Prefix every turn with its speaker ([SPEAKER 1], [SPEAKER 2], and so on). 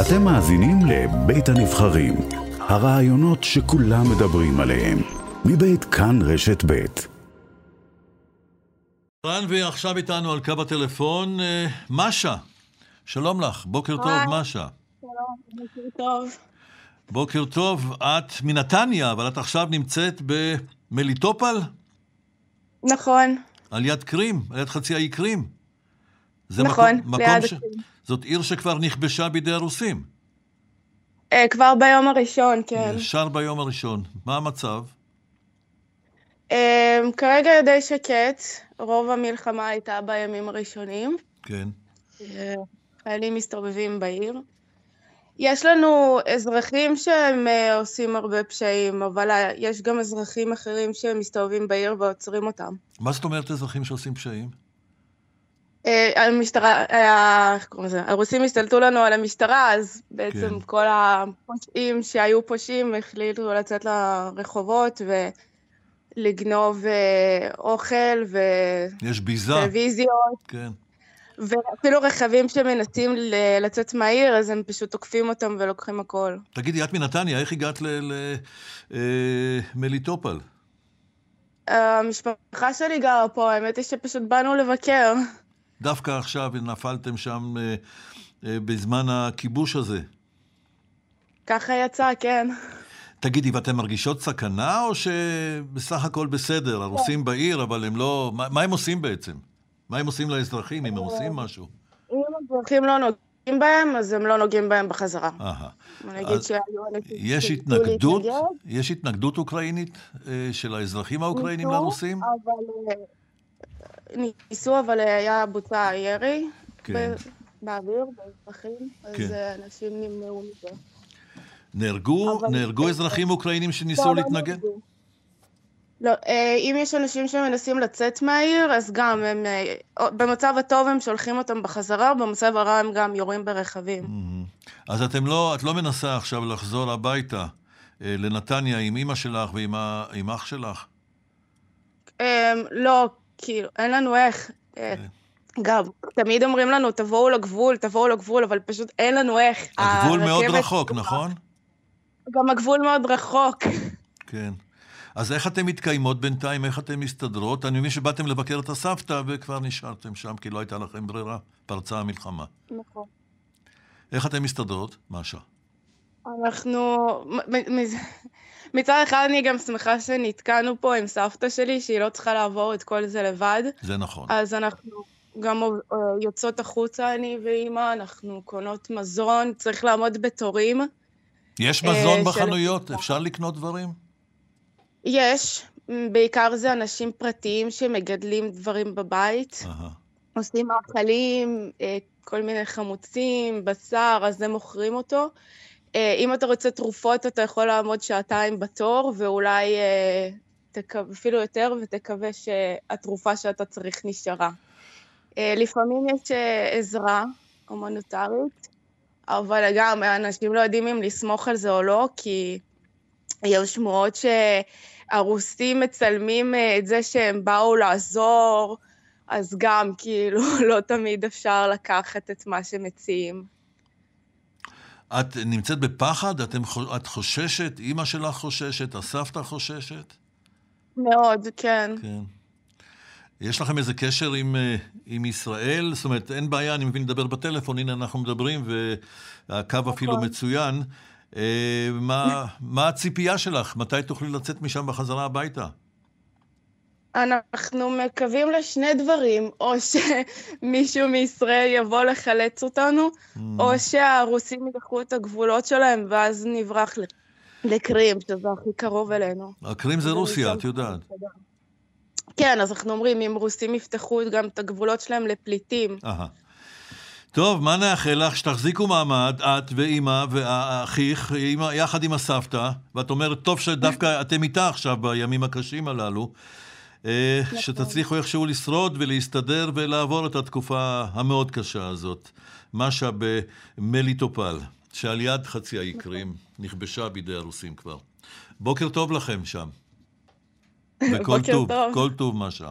[SPEAKER 1] אתם מאזינים לבית הנבחרים, הרעיונות שכולם מדברים עליהם, מבית כאן רשת בית.
[SPEAKER 2] רן, ועכשיו איתנו על קו הטלפון, אה, משה. שלום לך, בוקר
[SPEAKER 3] היי.
[SPEAKER 2] טוב, משה.
[SPEAKER 3] שלום, בוקר טוב.
[SPEAKER 2] בוקר טוב, את מנתניה, אבל את עכשיו נמצאת במליטופל,
[SPEAKER 3] נכון,
[SPEAKER 2] על יד קרים, על יד חצי האי קרים. זה
[SPEAKER 3] נכון, ליד
[SPEAKER 2] ש-
[SPEAKER 3] הקרים.
[SPEAKER 2] זאת עיר שכבר נכבשה בידי הרוסים.
[SPEAKER 3] אה, כבר ביום הראשון, כן.
[SPEAKER 2] ישר ביום הראשון. מה המצב?
[SPEAKER 3] אה, כרגע די שקט, רוב המלחמה הייתה בימים הראשונים.
[SPEAKER 2] כן.
[SPEAKER 3] אה, חיילים מסתובבים בעיר. יש לנו אזרחים שהם אה, עושים הרבה פשעים, אבל אה, יש גם אזרחים אחרים שמסתובבים בעיר ועוצרים אותם.
[SPEAKER 2] מה זאת אומרת אזרחים שעושים פשעים?
[SPEAKER 3] אה, המשטרה, אה, איך קוראים לזה? הרוסים השתלטו לנו על המשטרה, אז בעצם
[SPEAKER 2] כן.
[SPEAKER 3] כל הפושעים שהיו פושעים החליטו לצאת לרחובות ולגנוב אה, אוכל
[SPEAKER 2] יש ביזה,
[SPEAKER 3] וטלוויזיות,
[SPEAKER 2] כן.
[SPEAKER 3] ואפילו רכבים שמנסים ל- לצאת מהעיר, אז הם פשוט תוקפים אותם ולוקחים הכל.
[SPEAKER 2] תגידי, את מנתניה, איך הגעת אה, למליטופל?
[SPEAKER 3] המשפחה שלי גרה פה, האמת היא שפשוט באנו לבקר.
[SPEAKER 2] דווקא עכשיו נפלתם שם אה, אה, בזמן הכיבוש הזה.
[SPEAKER 3] ככה יצא, כן.
[SPEAKER 2] תגידי, ואתן מרגישות סכנה, או שבסך הכל בסדר, הרוסים בעיר, אבל הם לא... מה, מה הם עושים בעצם? מה הם עושים לאזרחים, אם הם עושים
[SPEAKER 3] אה,
[SPEAKER 2] משהו?
[SPEAKER 3] אם האזרחים לא נוגעים בהם, אז הם לא נוגעים בהם בחזרה.
[SPEAKER 2] אהה.
[SPEAKER 3] אני אגיד
[SPEAKER 2] אז
[SPEAKER 3] שהיו אנשים
[SPEAKER 2] יש
[SPEAKER 3] שרצו
[SPEAKER 2] התנגדות,
[SPEAKER 3] להתנגד,
[SPEAKER 2] יש התנגדות אוקראינית אה, של האזרחים האוקראינים
[SPEAKER 3] ניסו,
[SPEAKER 2] לרוסים?
[SPEAKER 3] אבל, אה, ניסו, אבל היה בוצע ירי
[SPEAKER 2] כן.
[SPEAKER 3] ב- באוויר, באזרחים,
[SPEAKER 2] כן.
[SPEAKER 3] אז אה, אנשים נמנעו מזה.
[SPEAKER 2] נהרגו,
[SPEAKER 3] אבל-
[SPEAKER 2] נהרגו אזרחים אוקראינים
[SPEAKER 3] לא,
[SPEAKER 2] שניסו
[SPEAKER 3] לא
[SPEAKER 2] להתנגד?
[SPEAKER 3] נהרגו. לא, אה, אם יש אנשים שמנסים לצאת מהעיר, אז גם הם, אה, או- במצב הטוב הם שולחים אותם בחזרה, במצב הרע הם גם יורים ברכבים.
[SPEAKER 2] מהמם. אז אתם לא, את לא מנסה עכשיו לחזור הביתה אה, לנתניה עם אימא שלך ועם ה- עם אח שלך?
[SPEAKER 3] אה, לא, כאילו, אין לנו איך. אה,
[SPEAKER 2] כן.
[SPEAKER 3] גם, תמיד אומרים לנו, תבואו לגבול, תבואו לגבול, אבל פשוט אין לנו איך.
[SPEAKER 2] הגבול מאוד
[SPEAKER 3] הרכבת-
[SPEAKER 2] רחוק, נכון?
[SPEAKER 3] גם הגבול מאוד רחוק.
[SPEAKER 2] כן. אז איך אתן מתקיימות בינתיים? איך אתן מסתדרות? אני מבין שבאתם לבקר את הסבתא וכבר נשארתם שם כי לא הייתה לכם ברירה, פרצה המלחמה.
[SPEAKER 3] נכון.
[SPEAKER 2] איך אתן מסתדרות, משה?
[SPEAKER 3] אנחנו... מ- מ- מ- מצד אחד אני גם שמחה שנתקענו פה עם סבתא שלי, שהיא לא צריכה לעבור את כל זה לבד,
[SPEAKER 2] זה נכון.
[SPEAKER 3] אז אנחנו גם אה, יוצאות החוצה, אני ואימא, אנחנו קונות מזון, צריך לעמוד בתורים.
[SPEAKER 2] יש
[SPEAKER 3] אה,
[SPEAKER 2] מזון
[SPEAKER 3] של-
[SPEAKER 2] בחנויות? אפשר לקנות דברים?
[SPEAKER 3] יש, מ, בעיקר זה אנשים פרטיים שמגדלים דברים בבית.
[SPEAKER 2] אהה.
[SPEAKER 3] עושים מאכלים, אה, כל מיני חמוצים, בשר, אז זה מוכרים אותו. אה, אם אתה רוצה תרופות, אתה יכול לעמוד שעתיים בתור, ואולי אה, תק- אפילו יותר, ותקווה שהתרופה שאתה צריך נשארה. אה, לפעמים יש אה, עזרה הומניטרית, אבל גם אנשים לא יודעים אם לסמוך על זה או לא, כי היו שמועות שהרוסים מצלמים אה, את זה שהם באו לעזור, אז גם כאילו לא תמיד אפשר לקחת את מה שמציעים.
[SPEAKER 2] את נמצאת בפחד? אתם, חו- את חוששת? אימא שלך חוששת? הסבתא חוששת?
[SPEAKER 3] מאוד, כן.
[SPEAKER 2] כן. יש לכם איזה קשר עם, אה, עם ישראל? זאת אומרת, אין בעיה, אני מבין לדבר בטלפון, הנה אנחנו מדברים, והקו אפילו מצוין. אה, מה, מה הציפייה שלך? מתי תוכלי לצאת משם בחזרה הביתה?
[SPEAKER 3] אנחנו מקווים לשני דברים, או שמישהו מישראל יבוא לחלץ אותנו,
[SPEAKER 2] Mm.
[SPEAKER 3] או שהרוסים ייקחו את הגבולות שלהם ואז נברח ל- לקרים, שזה הכי קרוב אלינו.
[SPEAKER 2] הקרים זה רוסיה, את יודעת.
[SPEAKER 3] כן, אז אנחנו אומרים, אם רוסים יפתחו גם את הגבולות שלהם לפליטים,
[SPEAKER 2] אהה. טוב, מה נאחל לך? שתחזיקו מעמד, את ואימא ואחיך, אימא- יחד עם הסבתא, ואת אומרת, טוב שדווקא אתם איתה עכשיו בימים הקשים הללו, אה,
[SPEAKER 3] נכון.
[SPEAKER 2] שתצליחו איכשהו לשרוד ולהסתדר ולעבור את התקופה המאוד קשה הזאת. משה במליטופל, שעל יד חצי
[SPEAKER 3] נכון.
[SPEAKER 2] האי קרים, נכבשה בידי הרוסים כבר. בוקר טוב לכם שם. וכל
[SPEAKER 3] בוקר
[SPEAKER 2] טוב,
[SPEAKER 3] טוב.
[SPEAKER 2] כל טוב, משה.